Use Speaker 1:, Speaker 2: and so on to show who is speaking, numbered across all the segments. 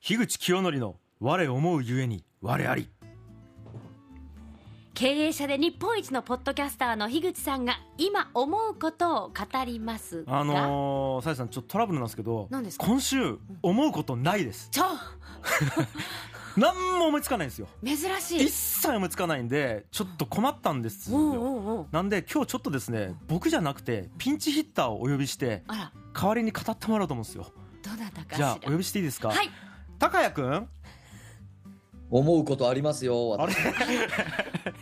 Speaker 1: 樋口清則の我思うゆえに我あり
Speaker 2: 経営者で日本一のポッドキャスターの樋口さんが今思うことを語りますが、
Speaker 1: あのー、さやさんちょっとトラブルなんですけど
Speaker 2: 何ですか
Speaker 1: 今週思うことないです
Speaker 2: ちょ
Speaker 1: 何も思いつかないんですよ
Speaker 2: 珍しい
Speaker 1: 一切思いつかないんでちょっと困ったんです
Speaker 2: お
Speaker 1: よ
Speaker 2: うおうおう
Speaker 1: なんで今日ちょっとですね僕じゃなくてピンチヒッターをお呼びして
Speaker 2: あら
Speaker 1: 代わりに語ってもらおうと思うんですよ
Speaker 2: どなたかし
Speaker 1: じゃあ
Speaker 2: ら
Speaker 1: お呼びしていいですか
Speaker 2: はい
Speaker 1: 高谷くん
Speaker 3: 思うことありますよ。
Speaker 1: あれ
Speaker 3: 私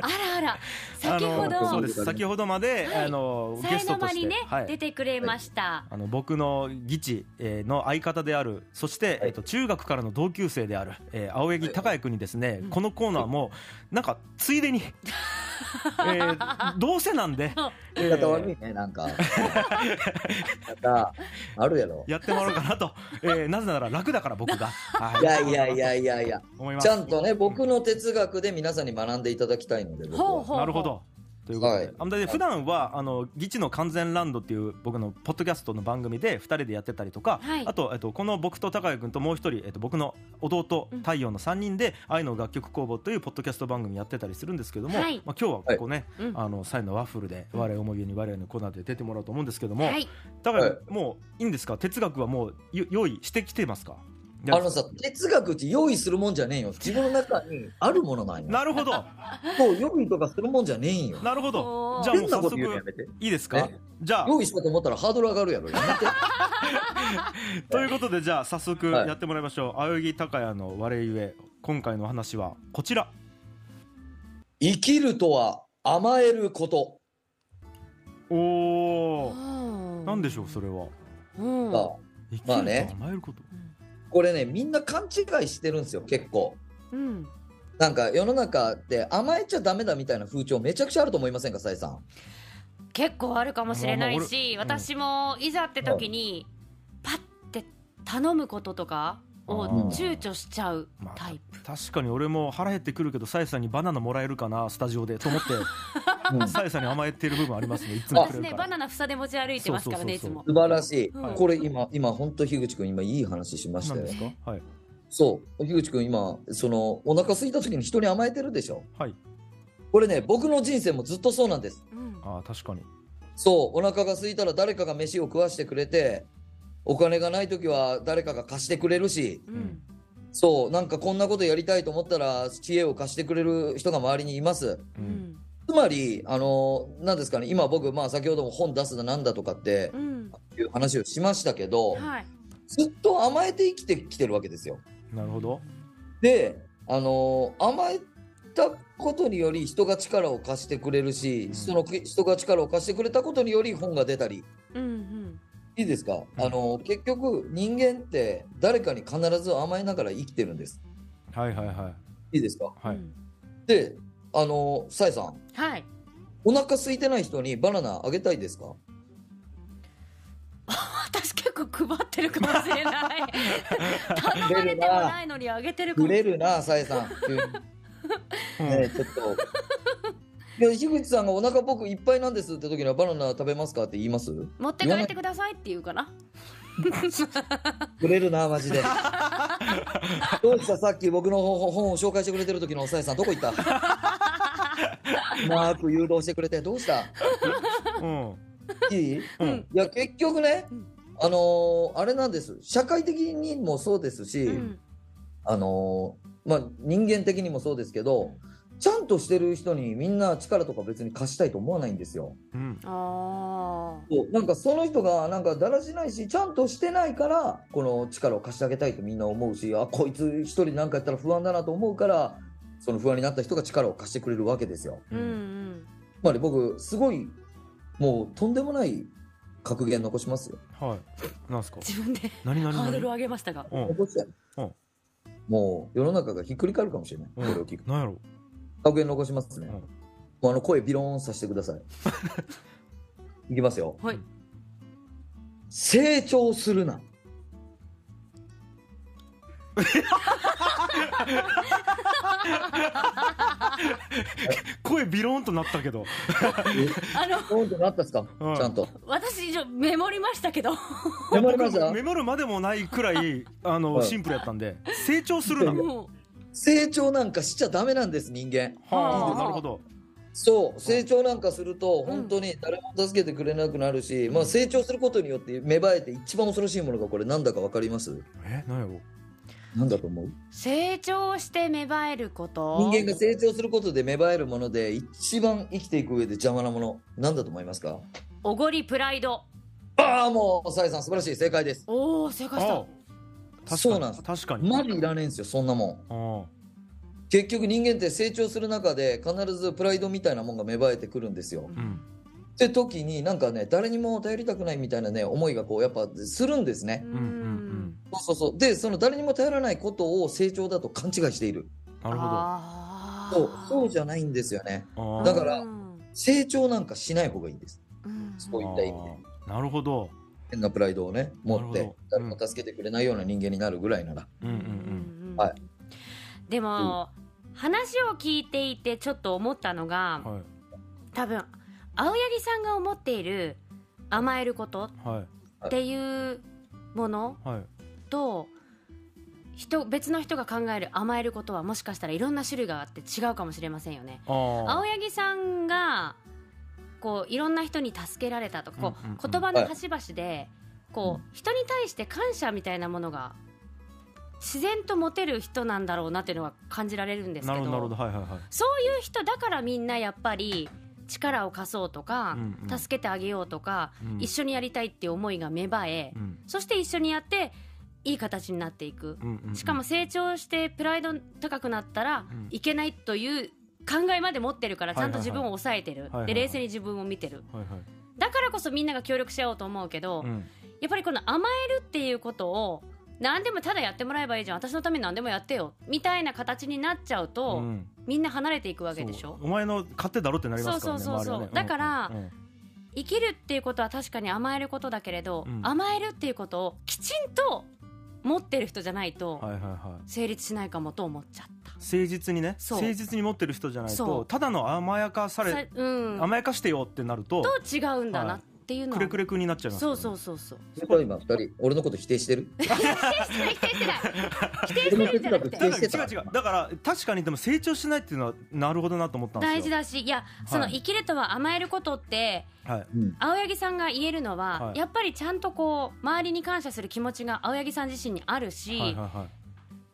Speaker 2: あら あら
Speaker 1: あ
Speaker 2: 先
Speaker 1: の
Speaker 2: ほ
Speaker 1: そう
Speaker 2: ど
Speaker 1: です先ほどまで、
Speaker 2: はい
Speaker 1: あのゲ
Speaker 2: さえ
Speaker 1: スト
Speaker 2: の
Speaker 1: と
Speaker 2: ま
Speaker 1: し
Speaker 2: に
Speaker 1: て、
Speaker 2: ね、
Speaker 1: はい
Speaker 2: 出てくれました、
Speaker 1: あの僕の議事えーの相方であるそして、
Speaker 3: はい
Speaker 1: えっと中学からの同級生である、えー青柳孝也君にですね、
Speaker 2: うん
Speaker 1: このコーナーもなんかついで に、えーどうせなんで、え
Speaker 3: 言い方悪
Speaker 1: ー
Speaker 3: いね、なんか。なんかあるやろ。
Speaker 1: やってもらおうかなと、えーなぜなら楽だから僕が、はい
Speaker 3: やいやいやいやいや。
Speaker 1: 思います
Speaker 3: ちゃんとね、僕の哲学で皆さんに学んでいただきたいので、僕
Speaker 2: ほう
Speaker 3: は。
Speaker 2: ほう
Speaker 1: なるほど。ということで、
Speaker 3: はい
Speaker 1: あので
Speaker 3: はい
Speaker 1: 普段はあのギチの完全ランドっていう僕のポッドキャストの番組で二人でやってたりとか、
Speaker 2: はい
Speaker 1: あとえっとこの僕と高谷君ともう一人えっと僕の弟
Speaker 2: うん
Speaker 1: 太陽の三人で愛の楽曲工房というポッドキャスト番組やってたりするんですけども、
Speaker 2: はい
Speaker 1: まあ今日はここね、
Speaker 2: うん
Speaker 1: あのサイのワッフルで我思いに我のコーナーで出てもらおうと思うんですけども、
Speaker 2: はい
Speaker 1: 高谷
Speaker 3: は
Speaker 1: 君もういいんですか？哲学はもうよ用意してきてますか？
Speaker 3: あのさ、哲学って用意するもんじゃねえよ。自分の中にあるものなんよ。
Speaker 1: なるほど、
Speaker 3: そう、用意とかするもんじゃねえよ。
Speaker 1: なるほ
Speaker 2: お
Speaker 1: ど。
Speaker 2: ー
Speaker 1: じゃあも
Speaker 3: 変
Speaker 1: う
Speaker 3: な
Speaker 1: 早
Speaker 3: こと言うの
Speaker 1: 速
Speaker 3: やめて。
Speaker 1: いいですか
Speaker 3: え？
Speaker 1: じゃあ
Speaker 3: 用意したと思ったらハードル上がるやろ。やめて。
Speaker 1: ということでじゃあ早速
Speaker 3: はい
Speaker 1: やってもらいましょう、青柳高也の我ゆえ今回のお話はこちら
Speaker 3: 生きるとは甘えること。
Speaker 1: おおなんでしょうそ
Speaker 2: れ、
Speaker 1: れは
Speaker 2: うん
Speaker 3: さあ
Speaker 1: 生きる
Speaker 3: まあ
Speaker 1: と
Speaker 3: ね
Speaker 1: 甘えること、
Speaker 3: これね、みんな勘違いしてるんですよ、結構。
Speaker 2: うん、
Speaker 3: なんか世の中って甘えちゃダメだみたいな風潮めちゃくちゃあると思いませんか、さえさん。
Speaker 2: 結構あるかもしれないし、
Speaker 1: まあまあ俺
Speaker 2: 私もいざって時に、パッて頼むこととかを
Speaker 1: うん
Speaker 2: 躊躇しちゃう
Speaker 1: まあ
Speaker 2: タイ
Speaker 1: 確かに俺も腹減ってくるけどさえさんにバナナもらえるかなスタジオでと 思って
Speaker 3: うん
Speaker 1: さえさんに甘えてる部分ありますねいつ
Speaker 2: プ、
Speaker 1: も
Speaker 2: で
Speaker 1: く
Speaker 2: す
Speaker 1: れ
Speaker 2: ね
Speaker 1: るか
Speaker 2: バ
Speaker 1: ら
Speaker 2: ナナ房で持ち歩いてますからねい
Speaker 1: そ
Speaker 2: つ
Speaker 1: うそう
Speaker 2: も
Speaker 3: 素晴らしい。
Speaker 2: はい
Speaker 3: これ今、今本当樋口くん今いい話しまし
Speaker 1: な
Speaker 3: た
Speaker 1: ん
Speaker 3: よ
Speaker 1: で。すかはい
Speaker 3: そう、樋口くん今、そのお腹空いた時に人に甘えてるでしょ。
Speaker 1: はい
Speaker 3: これね、僕の人生もずっとそうなんです。
Speaker 2: うん
Speaker 1: あー確かに
Speaker 3: そう、お腹が空いたら誰かが飯を食わしてくれて、お金がない時は誰かが貸してくれるし、
Speaker 2: うん
Speaker 3: そう、なんかこんなことやりたいと思ったら知恵を貸してくれる人が周りにいます。
Speaker 2: う
Speaker 1: うん
Speaker 2: ん
Speaker 3: つまり、あの、何ですかね、今僕、まあ先ほども本出すだなんだとかって
Speaker 2: うん
Speaker 3: いう話をしましたけど、
Speaker 2: はい
Speaker 3: ずっと甘えて生きてきてるわけですよ。
Speaker 1: なるほど
Speaker 3: で、あの、甘えたことにより人が力を貸してくれるし
Speaker 1: う、ん
Speaker 3: その人が力を貸してくれたことにより本が出たり、
Speaker 2: うんうん
Speaker 3: いいですか、
Speaker 1: うん
Speaker 3: あの、結局人間って誰かに必ず甘えながら生きてるんです。
Speaker 1: はいはいはい
Speaker 3: いいですか
Speaker 1: はい、
Speaker 2: うん
Speaker 3: で、あの、さえさん、
Speaker 2: はい
Speaker 3: お腹空いてない人にバナナあげたいですか
Speaker 2: 私結構配ってるかもしれない 頼まれてもないのにあげてるかも
Speaker 3: くれるな、さえさん。急に
Speaker 1: うん
Speaker 3: ねえ、ちょっと。いや、樋口さんがお腹僕いっぱいなんですって時にはバナナ食べますかって言います
Speaker 2: 持って帰ってくださいって言うかな
Speaker 3: くれるな、マ ジで。どうしたさっき僕の本本を紹介してくれてる時のおさえさん、どこ行ったうまく誘導してくれて、どうした
Speaker 1: うん
Speaker 3: いいい
Speaker 1: うん
Speaker 3: や、結局ね
Speaker 2: うん、
Speaker 3: あのーあれなんです。社会的にもそうですし、
Speaker 2: うん
Speaker 3: あのーまあ、人間的にもそうですけど、ちゃんとしてる人にみんな力とか別に貸したいと思わないんですよ。
Speaker 1: うん
Speaker 2: あ
Speaker 3: そうなんかその人がなんかだらしないしちゃんとしてないからこの力を貸してあげたいとみんな思うしあこいつ一人なんかやったら不安だなと思うからその不安になった人が力を貸してくれるわけですよ。
Speaker 2: ーうんうん
Speaker 3: つまり僕すごいもうとんでもない格言残しますよ。
Speaker 1: はいなんすか
Speaker 2: 自分で
Speaker 1: 何
Speaker 2: ハ
Speaker 1: 何
Speaker 2: ード
Speaker 1: 何
Speaker 2: ル上げましたが
Speaker 1: うん
Speaker 3: 残して
Speaker 1: うん
Speaker 3: もう世の中がひっくり返るかもしれない、これを聞く
Speaker 1: 何やろ
Speaker 3: 格言残しますね、
Speaker 1: うん
Speaker 3: もうあの声ビローンさせてくださ いいきますよ
Speaker 2: はい
Speaker 3: 成長するな
Speaker 1: 声ビローンとなったけど、
Speaker 2: あの
Speaker 3: どうとなったっすか、
Speaker 1: うん
Speaker 3: ちゃんと。
Speaker 2: 私ちょメモりましたけど
Speaker 3: メモりまし
Speaker 1: 僕
Speaker 3: た
Speaker 1: メモるまでもないくら いあの、
Speaker 3: はい
Speaker 1: シンプルやったんで成長する な。
Speaker 2: もう
Speaker 3: 成長なんかしちゃダメなんです、人間。
Speaker 1: は
Speaker 2: は
Speaker 1: あ、
Speaker 2: あ
Speaker 1: なるほど。
Speaker 3: そう、成長なんかすると、本当に誰も助けてくれなくなるし、まあ成長することによって芽生えて一番恐ろしいものがこれなんだかわかります
Speaker 1: え、なんやろう。
Speaker 3: なんだと思う
Speaker 2: 成長して芽生えること
Speaker 3: 人間が成長することで芽生えるもので一番生きていく上で邪魔なものなんだと思いますか
Speaker 2: おごりプライド
Speaker 3: ああもうさえさん素晴らしい正解です
Speaker 2: おお正解した
Speaker 1: ああ、
Speaker 3: そうなんです
Speaker 1: 確かに。
Speaker 3: マジいらねえんですよそんなもん
Speaker 1: あ
Speaker 3: 結局人間って成長する中で必ずプライドみたいなもんが芽生えてくるんですよ
Speaker 1: あ、うん、
Speaker 3: って時になんかね誰にも頼りたくないみたいなね思いがこうやっぱするんです
Speaker 2: う
Speaker 3: ね
Speaker 1: うん、うん、うん。
Speaker 3: そうそうそうでその誰にも頼らないことを成長だと勘違いしている
Speaker 1: なるほど。
Speaker 2: あー
Speaker 3: そうそうじゃないんですよね
Speaker 1: ああ
Speaker 3: だから
Speaker 2: うん
Speaker 3: 成長なんかしない方がいいんです
Speaker 2: うん
Speaker 3: そういった意味で
Speaker 1: ああなるほど。
Speaker 3: 変なプライドをね持っ
Speaker 1: なる
Speaker 3: て
Speaker 1: ほど
Speaker 3: 誰も助けてくれないような人間になるぐらいなら、
Speaker 1: うん、うん、う
Speaker 2: うん
Speaker 1: ん。
Speaker 2: うん
Speaker 3: はい
Speaker 2: でも、話を聞いていてちょっと思ったのが、
Speaker 1: はい、
Speaker 2: 多分青柳さんが思っている甘えること
Speaker 1: はい、
Speaker 2: っていうもの
Speaker 1: はい。
Speaker 2: と人別の人が考える甘えることはもしかしたらいろんな種類があって違うかもしれませんよね。
Speaker 1: あ
Speaker 2: 青柳さんがこういろんな人に助けられたとかこう
Speaker 1: うんうんうん
Speaker 2: 言葉の端々でこう人に対して感謝みたいなものが自然と持てる人なんだろうなっていうのは感じられるんで
Speaker 1: あ、
Speaker 2: すけ
Speaker 1: なる
Speaker 2: ど
Speaker 1: ほど、なるほど、はい、はい、はい。
Speaker 2: そういう人だからみんなやっぱり力を貸そうとか
Speaker 1: うんうん
Speaker 2: 助けてあげようとか
Speaker 1: うん
Speaker 2: 一緒にやりたいっていう思いが芽生え
Speaker 1: うん、
Speaker 2: そして一緒にやっていい形になっていく
Speaker 1: うん、うん。
Speaker 2: しかも成長してプライド高くなったら
Speaker 1: うん
Speaker 2: いけないという考えまで持ってるからちゃんと自分を抑えてる、
Speaker 1: いはいはい
Speaker 2: で冷静に自分を見てる
Speaker 1: うん、はい、はい。
Speaker 2: だからこそみんなが協力し合おうと思うけど、
Speaker 1: うん、
Speaker 2: やっぱりこの甘えるっていうことを何でもただやってもらえばいいじゃん私のために何でもやってよみたいな形になっちゃうと、
Speaker 1: うん
Speaker 2: みんな離れていくわけでし
Speaker 1: そ
Speaker 2: ょ
Speaker 1: うお前の勝手だろってなりますからね。
Speaker 2: そうそうそうそう
Speaker 1: 周りはね
Speaker 2: だから
Speaker 1: うんうん
Speaker 2: 生きるっていうことは確かに甘えることだけれど、
Speaker 1: うん
Speaker 2: 甘えるっていうことをきちんと持ってる人じゃないと
Speaker 1: はい、はい、はい。
Speaker 2: 成立しないかもと思っちゃった。
Speaker 1: 誠実にね
Speaker 2: そう
Speaker 1: 誠実に持ってる人じゃない
Speaker 2: そ
Speaker 1: と
Speaker 2: う
Speaker 1: ただの甘やかさ
Speaker 2: さ
Speaker 1: れ
Speaker 2: うん、
Speaker 1: 甘やかしてよってなると
Speaker 2: と違うんだなっていうの
Speaker 1: く
Speaker 2: は、
Speaker 1: れくれくになっちゃいますか
Speaker 2: そ
Speaker 1: ら
Speaker 2: う
Speaker 1: ね
Speaker 2: そうそ うそう
Speaker 3: そこは今二人俺のこと否定してる
Speaker 2: 否定してない否定してない否定してな
Speaker 3: 俺の哲学否
Speaker 2: くて
Speaker 3: 定
Speaker 1: だ
Speaker 3: して
Speaker 1: から違
Speaker 3: た
Speaker 1: う違うだから確かにでも成長しないっていうのはなるほどなと思ったんですよ
Speaker 2: 大事だしいやその
Speaker 1: はい
Speaker 2: 生きるとは甘えることって
Speaker 1: はい
Speaker 3: うん
Speaker 2: 青柳さんが言えるのは、
Speaker 1: はい
Speaker 2: やっぱりちゃんとこう周りに感謝する気持ちが青柳さん自身にあるし、
Speaker 1: はいは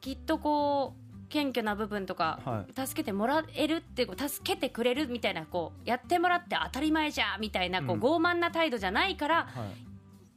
Speaker 2: きっとこう謙虚な部分とか、
Speaker 1: は
Speaker 2: 助けてもらえるってこう助けてくれるみたいなこうやってもらって当たり前じゃみたいなこう、
Speaker 1: うん
Speaker 2: 傲慢な態度じゃないから
Speaker 1: いはい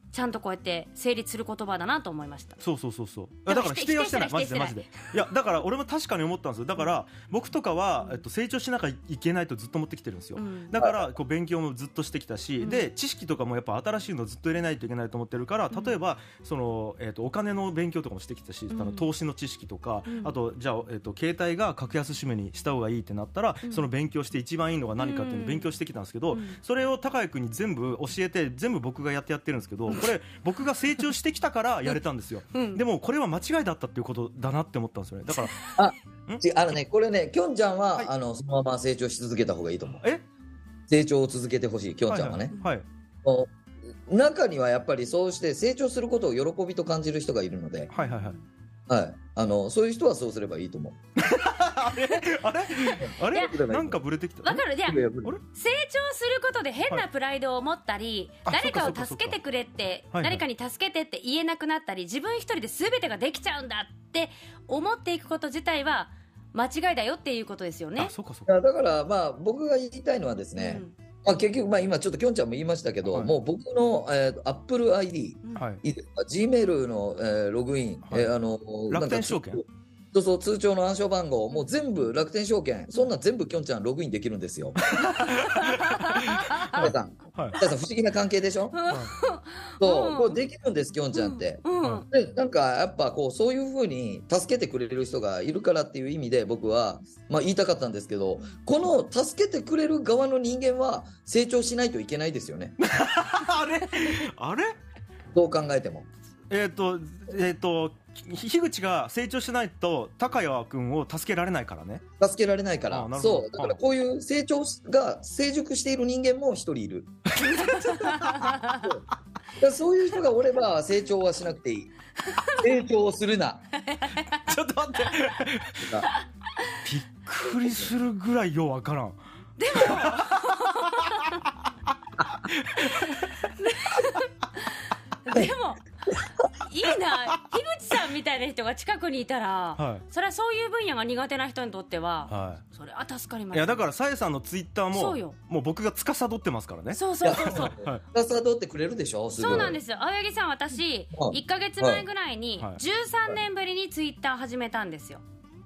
Speaker 2: ちゃんとこうやって成立する言葉だなと思いました。
Speaker 1: そうそうそうそう
Speaker 2: だ
Speaker 1: だ
Speaker 2: か
Speaker 1: からら否定はしてない
Speaker 2: 否定
Speaker 1: マ
Speaker 2: し
Speaker 1: ジ
Speaker 2: て
Speaker 1: で
Speaker 2: な
Speaker 1: マ
Speaker 2: い
Speaker 1: ジでいやだから俺も確かに思ったんですよだから僕とかは、えっと、成長しなきゃいけないとずっと思ってきてるんですよ、
Speaker 2: うん
Speaker 1: だからこう勉強もずっとしてきたし、
Speaker 2: うん
Speaker 1: で知識とかもやっぱ新しいのずっと入れないといけないと思ってるから
Speaker 2: うん
Speaker 1: 例えばその、えっとお金の勉強とかもしてきたし、
Speaker 2: うん
Speaker 1: あの投資の知識とか、
Speaker 2: うん
Speaker 1: あとじゃあ、えっと携帯が格安趣味にした方がいいってなったら、
Speaker 2: うん
Speaker 1: その勉強して一番いいのが何かっていうのを勉強してきたんですけど、
Speaker 2: うん
Speaker 1: それを高井君に全部教えて全部僕がやってやってるんですけどこれ僕が成長してきたからやれたんですよ。
Speaker 2: うん
Speaker 1: でもこれは間違いだったっていうことだなって思ったんですよねだから
Speaker 3: 違うあのねこれねきょんちゃんは、
Speaker 1: はい
Speaker 3: あのそのまま成長し続けた方がいいと思う
Speaker 1: え
Speaker 3: 成長を続けてほしいきょんちゃんはね、
Speaker 1: はいはい
Speaker 3: もう中にはやっぱりそうして成長することを喜びと感じる人がいるので、
Speaker 1: はいはい はい
Speaker 3: はい、あのそういう人はそうすればいいと思う
Speaker 1: あれあれあ
Speaker 2: い
Speaker 1: れ
Speaker 3: や
Speaker 1: なんかブレてきた
Speaker 2: わかるじゃあ
Speaker 3: いやいや
Speaker 2: 成長することで変なプライドを持ったり、
Speaker 1: はいあ
Speaker 2: 誰か
Speaker 1: そっ
Speaker 2: を
Speaker 1: かそっ
Speaker 2: 助
Speaker 1: か
Speaker 2: けてくれって、
Speaker 1: はいはい
Speaker 2: 誰かに助けてって言えなくなったり自分一人で全てができちゃうんだって思っていくこと自体は間違いだよっていうことですよね
Speaker 1: あ。そうかそうか
Speaker 3: だからまあ僕が言いたいのはです ね、まあ、結局まあ今ちょっときょんちゃんも言いましたけど、
Speaker 1: はい
Speaker 3: もう僕の、えー、AppleID
Speaker 2: うん、
Speaker 1: はいい
Speaker 3: いいですか Gmail の、えーログイン、
Speaker 1: はい
Speaker 3: えーあの
Speaker 1: 楽
Speaker 3: なんか
Speaker 1: 天証券
Speaker 3: そうそう通帳の暗証番号もう全部楽天証券そんなん全部きょんちゃんログインできるんですよ。
Speaker 1: は
Speaker 3: 皆さん
Speaker 1: い
Speaker 3: 皆さん不思議な関係でしょ
Speaker 2: う
Speaker 3: そ
Speaker 2: ん
Speaker 3: うこれできるんですきょんちゃんって。
Speaker 2: うん
Speaker 1: うん
Speaker 3: でなんかやっぱこうそういうふうに助けてくれる人がいるからっていう意味で僕は、まあ、言いたかったんですけどこの助けてくれる側の人間は成長しないといけないですよね
Speaker 1: あれあれ
Speaker 3: どう考えても。
Speaker 1: えっとえっとひ樋口が成長しないと高谷君を助けられないからね
Speaker 3: 助けられないか
Speaker 1: あ
Speaker 3: ら
Speaker 1: ーなるほど
Speaker 3: そうだからこういう成長が成熟している人間も一人 いるだからそういう人がおれば成長はしなくていい成長するな
Speaker 1: ちょっと待って
Speaker 3: とか
Speaker 1: びっくりするぐらいようわからん
Speaker 2: でもいいな樋口さんみたいな人が近くにいたら、
Speaker 1: はい
Speaker 2: それはそういう分野が苦手な人にとっては、
Speaker 1: は
Speaker 2: それは助かりま
Speaker 1: い、い
Speaker 2: す
Speaker 1: やだからさえさんのツイッターも
Speaker 2: そうよ
Speaker 1: もう僕が司ってますからね
Speaker 2: そうそうそうそう
Speaker 1: はいはい
Speaker 3: ささどってくれるでしょすごい
Speaker 2: そうなんですよ青柳さん私
Speaker 3: うん
Speaker 2: 1か月前ぐらいに
Speaker 1: はい
Speaker 2: 13年ぶりにツイッター始めたんですよ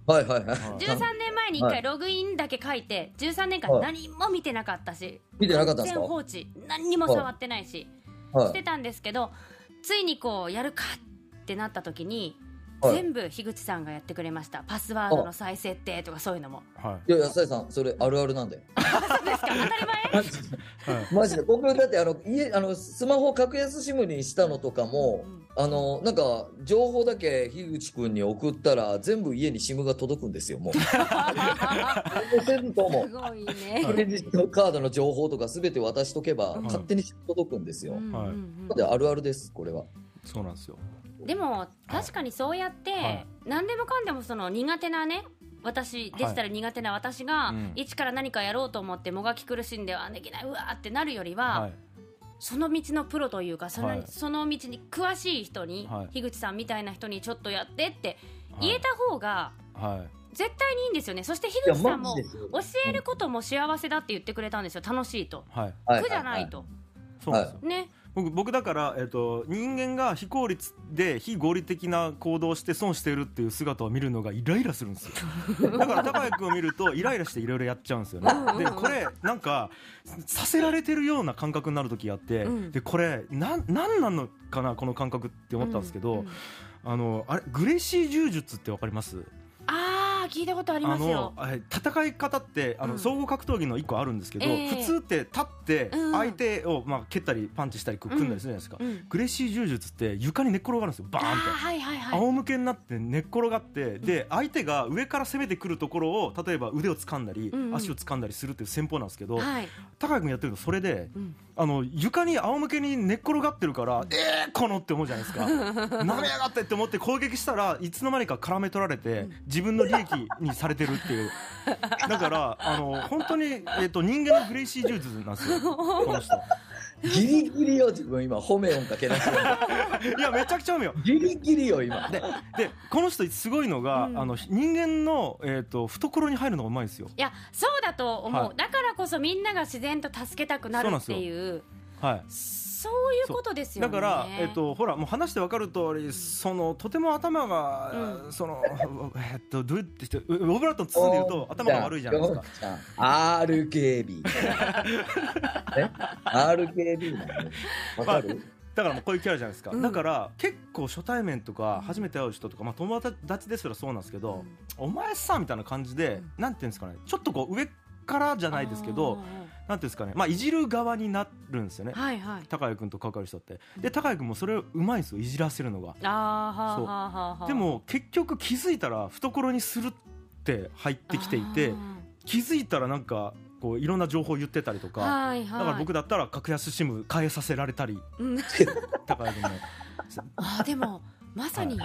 Speaker 3: はいはいはい
Speaker 1: はい
Speaker 2: 13年前に1
Speaker 3: は
Speaker 2: 回
Speaker 3: い
Speaker 2: ログインだけ書いて13年
Speaker 3: は
Speaker 2: 間
Speaker 3: い
Speaker 2: 何も見てなかったし
Speaker 3: 見てなかったんです
Speaker 2: 全
Speaker 3: か
Speaker 2: 放置何にも触ってないし
Speaker 3: は
Speaker 2: し
Speaker 3: い
Speaker 2: てたんですけどついにこうやるかってなった時に
Speaker 3: はい
Speaker 2: 全部樋口さんがやってくれましたパスワードの再設定とかそういうのも
Speaker 1: はい
Speaker 3: やいやさえさんそれあるあるなんだよ
Speaker 2: そうですか当たり前
Speaker 3: マジで
Speaker 1: いはい
Speaker 3: マジで 僕だってあの家あのスマホを格安 SIM にしたのとかも
Speaker 2: うん
Speaker 3: あのなんか情報だけ樋口君に送ったら全部家に SIM が届くんですよもうせんと も
Speaker 2: すごい
Speaker 3: ク
Speaker 2: ね
Speaker 3: レジットカードの情報とか全て渡しとけば
Speaker 2: うん
Speaker 3: 勝手に届くんですよ、
Speaker 2: うんうんうん
Speaker 3: であるあるですこれは
Speaker 1: そうなんですよ
Speaker 2: でも確かにそうやって、
Speaker 1: はい
Speaker 2: 何でもかんでもその苦手なね私デジタル苦手な私が、
Speaker 1: うん
Speaker 2: 一から何かやろうと思ってもがき苦しんではできないうわーってなるよりは、
Speaker 1: はい
Speaker 2: その道のプロというかその,、
Speaker 1: はい
Speaker 2: その道に詳しい人に、
Speaker 1: はい
Speaker 2: 樋口さんみたいな人にちょっとやってって
Speaker 1: はい
Speaker 2: 言えた方が
Speaker 1: はい
Speaker 2: 絶対にいいんですよねそして
Speaker 3: い
Speaker 2: 樋
Speaker 3: や
Speaker 2: 口さん
Speaker 3: マ
Speaker 2: も
Speaker 3: ジですよ
Speaker 2: 教えることも幸せだって言ってくれたんですよ楽しいと
Speaker 1: はい
Speaker 3: はい
Speaker 2: 苦じゃないと、
Speaker 1: そうなんですよ
Speaker 2: ね
Speaker 1: 僕僕だから、えっと人間が非効率で非合理的な行動をして損してるっていう姿を見るのがイライラするんですよ だから高谷君を見るとイライラしていろいろやっちゃうんですよね
Speaker 2: うんうんうん
Speaker 1: でこれなんかさせられてるような感覚になる時があって、
Speaker 2: うん
Speaker 1: でこれなんなんなのかなこの感覚って思ったんですけど、
Speaker 2: ううん
Speaker 1: あのあれグレイシー柔術ってわかります
Speaker 2: ああ聞いたことあります
Speaker 1: の
Speaker 2: よ
Speaker 1: あれ戦い方ってあの、
Speaker 2: うん
Speaker 1: 総合格闘技の一個あるんですけど、
Speaker 2: ええ
Speaker 1: 普通って立って
Speaker 2: うん
Speaker 1: 相手を、まあ、蹴ったりパンチしたり組んだりするじゃないですか、
Speaker 2: うん
Speaker 1: グレシー柔術って床に寝っ転がるんですよバーン
Speaker 2: あ
Speaker 1: っ
Speaker 2: ー
Speaker 1: て、
Speaker 2: はいはいはい
Speaker 1: 仰向けになって寝っ転がってで相手が上から攻めてくるところを例えば腕を掴んだり、
Speaker 2: うんうん
Speaker 1: 足を掴んだりするっていう戦法なんですけど、
Speaker 2: はい、
Speaker 1: 高谷君やってるとそれで
Speaker 2: うん、
Speaker 1: あの床に仰向けに寝っ転がってるから、えー、このって思うじゃない ですか舐めやがってって思って攻撃したらいつの間にか絡め取られて自分の利益にされてるっていうだからあの本当に、えー、と人間のグレイシー柔術なんですよこの人
Speaker 3: ギリギリよ自分今褒め音かけなし で
Speaker 1: いやめちゃくちゃうめよ
Speaker 3: ギリギリよ今
Speaker 1: ででこの人すごいのが、
Speaker 2: うん
Speaker 1: あの人間の、えー、と懐に入るのがうまいんですよ
Speaker 2: いやそうだと思う、
Speaker 1: はい
Speaker 2: だからこそみんなが自然と助けたくなるっていう
Speaker 1: はい
Speaker 2: そういうことですよ
Speaker 1: だ
Speaker 2: ね
Speaker 1: から、えっと、ほらもう話して分かる通りそのとても頭が、その えっとどうやってしてオブラートに包んで言うと頭が悪いじゃないですか。
Speaker 3: か RKB ね RKB なのわかる、
Speaker 1: だからもうこういうキャラじゃないですか、
Speaker 2: うん
Speaker 1: だから結構初対面と
Speaker 2: うん
Speaker 1: か初めて会う人とか、まあ、友達ですらそうなんですけ
Speaker 2: うん
Speaker 1: ど、お前さみたいな感じで、
Speaker 2: うん
Speaker 1: なんていうんですかねちょっとこう上からじゃないですけどなんていうんですかね、まあ、いじる側になるんですよね
Speaker 2: あーはいはい
Speaker 1: 高谷君と関わる人ってで高谷君もそれうまいんですよいじらせるのが
Speaker 2: あーはあ
Speaker 1: そう
Speaker 2: はあはあはあ
Speaker 1: でも結局気づいたら懐にするって入ってきていて気づいたらなんかこういろんな情報を言ってたりと
Speaker 2: あ
Speaker 1: か、
Speaker 2: ーはいはい
Speaker 1: だから僕だったら格安シム変えさせられたり
Speaker 2: うん
Speaker 1: 高谷君 の
Speaker 2: あーでもまさに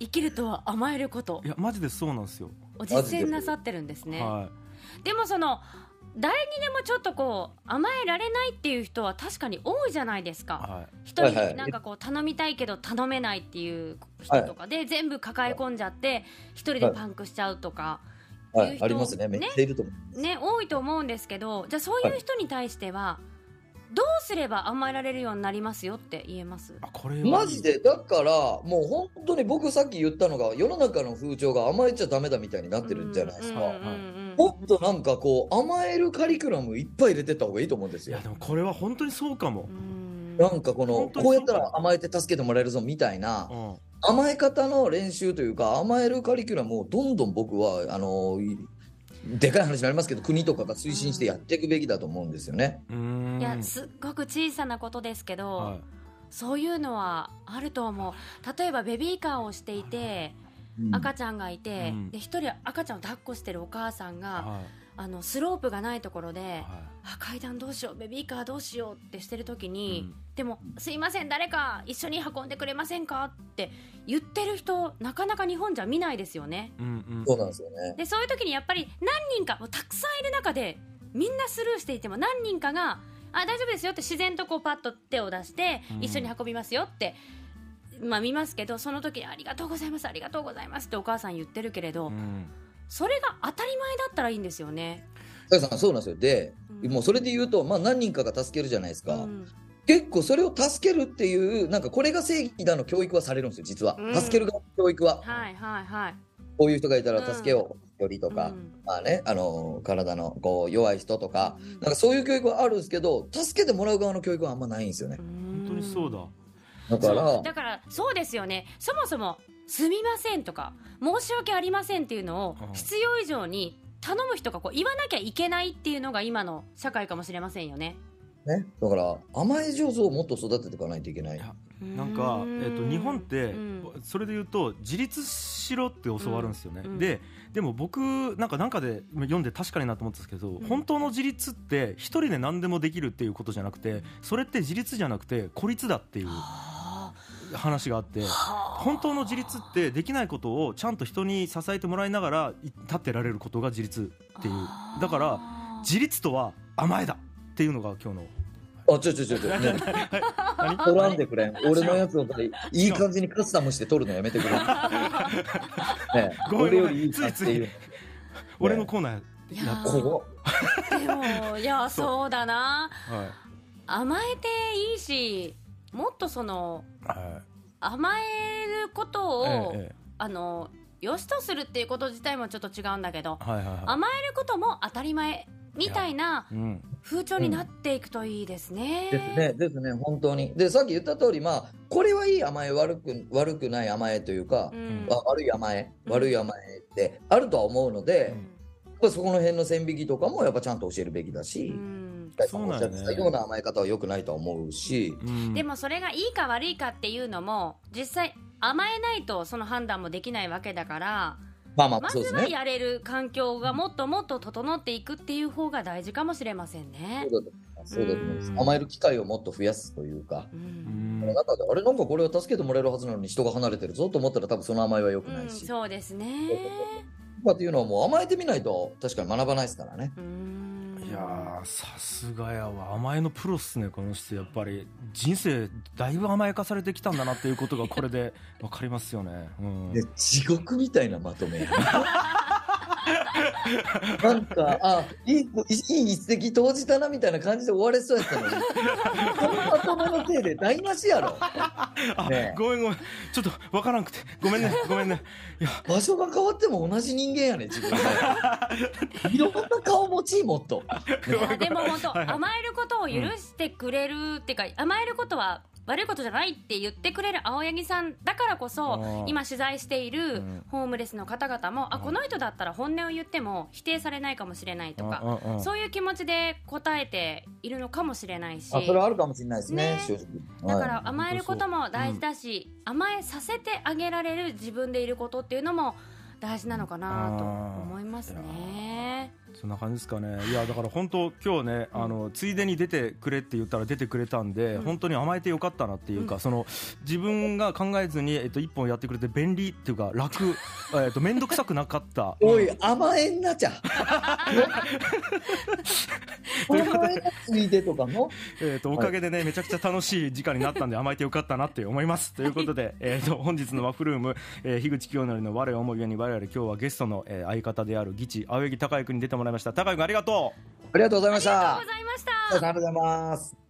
Speaker 2: 生きるとは甘えること
Speaker 1: いやマジでそうなんですよ、
Speaker 2: を実践なさってるんですね
Speaker 1: は
Speaker 2: でもその誰にでもちょっとこう甘えられないっていう人は確かに多いじゃないです
Speaker 1: い、
Speaker 2: か
Speaker 1: は
Speaker 2: 人に
Speaker 3: はいはい
Speaker 2: なんかこう頼みたいけど頼めないっていう人とかで全部抱え込んじゃって一人でパンクしちゃうとか
Speaker 3: は
Speaker 2: いう
Speaker 3: い、
Speaker 2: 人
Speaker 3: ありますねめっちゃいると思う、
Speaker 2: ね多いと思うんですけどじゃあそういう人に対してはどうすれば甘えられるようになりますよって言えます
Speaker 1: い、あこれは
Speaker 3: マジでだからもう本当に僕さっき言ったのが世の中の風潮が甘えちゃダメだみたいになってるんじゃないですか、
Speaker 2: うんうんうん
Speaker 3: もっとなんかこう甘えるカリキュラムいっぱい入れてった方がいいと思うんです
Speaker 1: い
Speaker 3: よ
Speaker 1: やでもこれは本当にそうかも
Speaker 2: う、ん
Speaker 3: なんかこの
Speaker 1: 本当にそう
Speaker 3: こうやったら甘えて助けてもらえるぞみたいな
Speaker 1: うん
Speaker 3: 甘え方の練習というか甘えるカリキュラムをどんどん僕はあのいでかい話になりますけど国とかが推進してやっていくべきだと思うんですよね。
Speaker 1: うーん
Speaker 2: いやすっごく小さなことですけど、
Speaker 1: はい
Speaker 2: そういうのはあると思う例えばベビーカーをしていて
Speaker 3: うん
Speaker 2: 赤ちゃんがいて、
Speaker 1: うん
Speaker 2: で一人赤ちゃんを抱っこしてるお母さんが
Speaker 1: は
Speaker 2: あのスロープがないところで、
Speaker 1: いは
Speaker 2: あ階段どうしようベビーカーどうしようってしてる時
Speaker 1: い
Speaker 2: に、
Speaker 1: うん
Speaker 2: でも「すいません誰か一緒に運んでくれませんか?」って言ってる人なかなか日本じゃ見ないですよね
Speaker 1: うんうん
Speaker 3: そうなんですよね。
Speaker 2: でそういう時にやっぱり何人かもうたくさんいる中でみんなスルーしていても何人かが「あ大丈夫ですよ」って自然とこうパッと手を出して
Speaker 1: うん
Speaker 2: 一緒に運びますよって、まあ見ますけどその時に「ありがとうございますありがとうございます」ってお母さん言ってるけれど、
Speaker 1: うん
Speaker 2: それが当たり前だったらいいんですよね。
Speaker 3: タイさんそうなんですよ。で、
Speaker 2: うん
Speaker 3: もうそれで言うと、まあ何人かが助けるじゃないですか。
Speaker 2: うん
Speaker 3: 結構それを助けるっていう、なんかこれが正義だの教育はされるんですよ、実は。
Speaker 2: うん
Speaker 3: 助ける側の教育は。
Speaker 2: はいはいはい。
Speaker 3: こういう人がいたら
Speaker 2: うん
Speaker 3: 助けようよりとか、
Speaker 2: うん
Speaker 3: まあね、あの、体のこう弱い人とか、
Speaker 2: うん
Speaker 3: なんかそういう教育はあるんですけど、助けてもらう側の教育はあんまないんですよね。
Speaker 1: 本当にそうだ
Speaker 3: だから
Speaker 2: そう、だからそうですよねそもそも「すみません」とか「申し訳ありません」っていうのを
Speaker 1: うん
Speaker 2: 必要以上に頼む人がこう言わなきゃいけないっていうのが今の社会かもしれませんよね。
Speaker 3: ね、だから甘え上手をもっと育てていかないといけない。
Speaker 1: なんか
Speaker 2: う、ーん
Speaker 1: えっと、日本って
Speaker 2: うん
Speaker 1: それで言うと自立しろって教わるんですよね、
Speaker 2: うん
Speaker 1: ででも僕なんかなんかで読んで確かになと思ったんですけど、
Speaker 2: ん
Speaker 1: 本当の自立って一人で何でもできるっていうことじゃなくてそれって自立じゃなくて孤立だっていう
Speaker 2: は
Speaker 1: 話があって
Speaker 2: あ
Speaker 1: 本当の自立ってできないことをちゃんと人に支えてもらいながらい立ってられることが自立っていうだから
Speaker 2: あー
Speaker 1: 自立とは甘えだっていうのが 今日の
Speaker 3: あ、ちょちょちょちょ、ね、
Speaker 1: 何
Speaker 3: 取らんでくれん。俺のやつをいい感じにカスタムして取るのやめてくれん。ねえ、
Speaker 1: ごめんごめん
Speaker 3: 俺よりいいなっていう。
Speaker 1: 俺のコーナー
Speaker 2: いやー
Speaker 3: 怖っ
Speaker 2: でもいや
Speaker 1: そう
Speaker 2: そうだな
Speaker 1: はい
Speaker 2: 甘えていいしもっとその
Speaker 1: はい
Speaker 2: 甘えることを、
Speaker 1: ええええ
Speaker 2: あの良しとするっていうこと自体もちょっと違うんだけど
Speaker 1: はいはいはい
Speaker 2: 甘えることも当たり前みたいな
Speaker 1: うん
Speaker 2: 風潮になっていくといいですね。
Speaker 3: ですね、ですね、本当に。で、さっき言った通り、まあ、これはいい甘え、悪く、悪くない甘えというか
Speaker 2: う、ん
Speaker 3: わ悪い甘え、
Speaker 2: うん
Speaker 3: 悪い甘えってあるとは思うので、やっぱりそこの辺の線引きとかもやっぱちゃんと教えるべきだ
Speaker 2: う
Speaker 3: し、
Speaker 2: ん
Speaker 3: 大さんがおっしゃって
Speaker 1: そう
Speaker 3: た
Speaker 1: だよね
Speaker 3: ような甘え方は良くないとは思うし、
Speaker 1: うん
Speaker 2: でもそれがいいか悪いかっていうのも実際甘えないとその判断もできないわけだから
Speaker 3: まあま
Speaker 2: ま
Speaker 3: あ
Speaker 2: ず
Speaker 3: そうです
Speaker 2: は
Speaker 3: ね。
Speaker 2: やれる環境がもっともっと整っていくっていう方が大事かもしれませんね。
Speaker 3: そうだと思いますそうだと思いま
Speaker 1: う
Speaker 3: す
Speaker 1: ん
Speaker 3: 甘える機会をもっと増やすというか、
Speaker 2: う
Speaker 1: うんん
Speaker 3: なんかあれなんかこれは助けてもらえるはずなのに人が離れてるぞと思ったら多分その甘えは良く
Speaker 2: う、
Speaker 3: なんいし、と
Speaker 2: そうですね。
Speaker 3: かっていうのはもう甘えてみないと確かに学ばないですからね。
Speaker 2: うん
Speaker 1: いやーさすがやわ甘えのプロっすねこの人やっぱり人生だいぶ甘やかされてきたんだなっていうことがこれで わかりますよね、うん
Speaker 3: で地獄み たいなまとめやななんかあいいいい一石投じたなみたいな感じで終われそうやったのにこのまとめのせいで台無しやろ
Speaker 1: あ
Speaker 3: ねえ
Speaker 1: ごめんごめんちょっとわからんくてごめんねごめんねいや
Speaker 3: 場所が変わっても同じ人間やね自分でいろんな顔持ちもっと
Speaker 2: いや でも本当
Speaker 1: はいはい
Speaker 2: 甘えることを許してくれる、っていうか甘えることは悪いことじゃないって言ってくれる青柳さんだからこ
Speaker 1: あ
Speaker 2: そ
Speaker 1: ー
Speaker 2: 今取材している
Speaker 1: うん
Speaker 2: ホームレスの方々も、あ
Speaker 1: うん
Speaker 2: この人だったら本音を言っても否定されないかもしれないとか、
Speaker 1: うんうんうん
Speaker 2: そういう気持ちで答えているのかもしれないし
Speaker 3: あそれはあるかもしれないですね
Speaker 2: ね
Speaker 3: 正直
Speaker 2: だか
Speaker 3: はい
Speaker 2: ら甘えることも大事だし、甘えさせてあげられる自分でいることっていうのも大事なのかなと思いますね。
Speaker 1: そんな感じですかねいやだから本当今日ねあのついでに出てくれって言ったら出てくれたんで、
Speaker 2: うん
Speaker 1: 本当に甘えてよかったなっていうか、その自分が考えずに、えっと、一本やってくれて便利っていうか楽 えっと面倒くさくなかった
Speaker 3: おい甘えん なちゃ甘えんなついでとかの
Speaker 1: えー、とおかげでね、めちゃくちゃ楽しい時間になったんで甘えてよかったなって思いますということで、えー、と本日のワッフルーム、えー、樋口清則の「我を思うように我々」今日はゲストの、えー相方である義地青柳孝也君に出てもらいました孝也君ありがとう
Speaker 3: ありがとうございまし
Speaker 2: ありが
Speaker 3: た
Speaker 2: とうございまし
Speaker 3: あり
Speaker 2: た
Speaker 3: がとうございます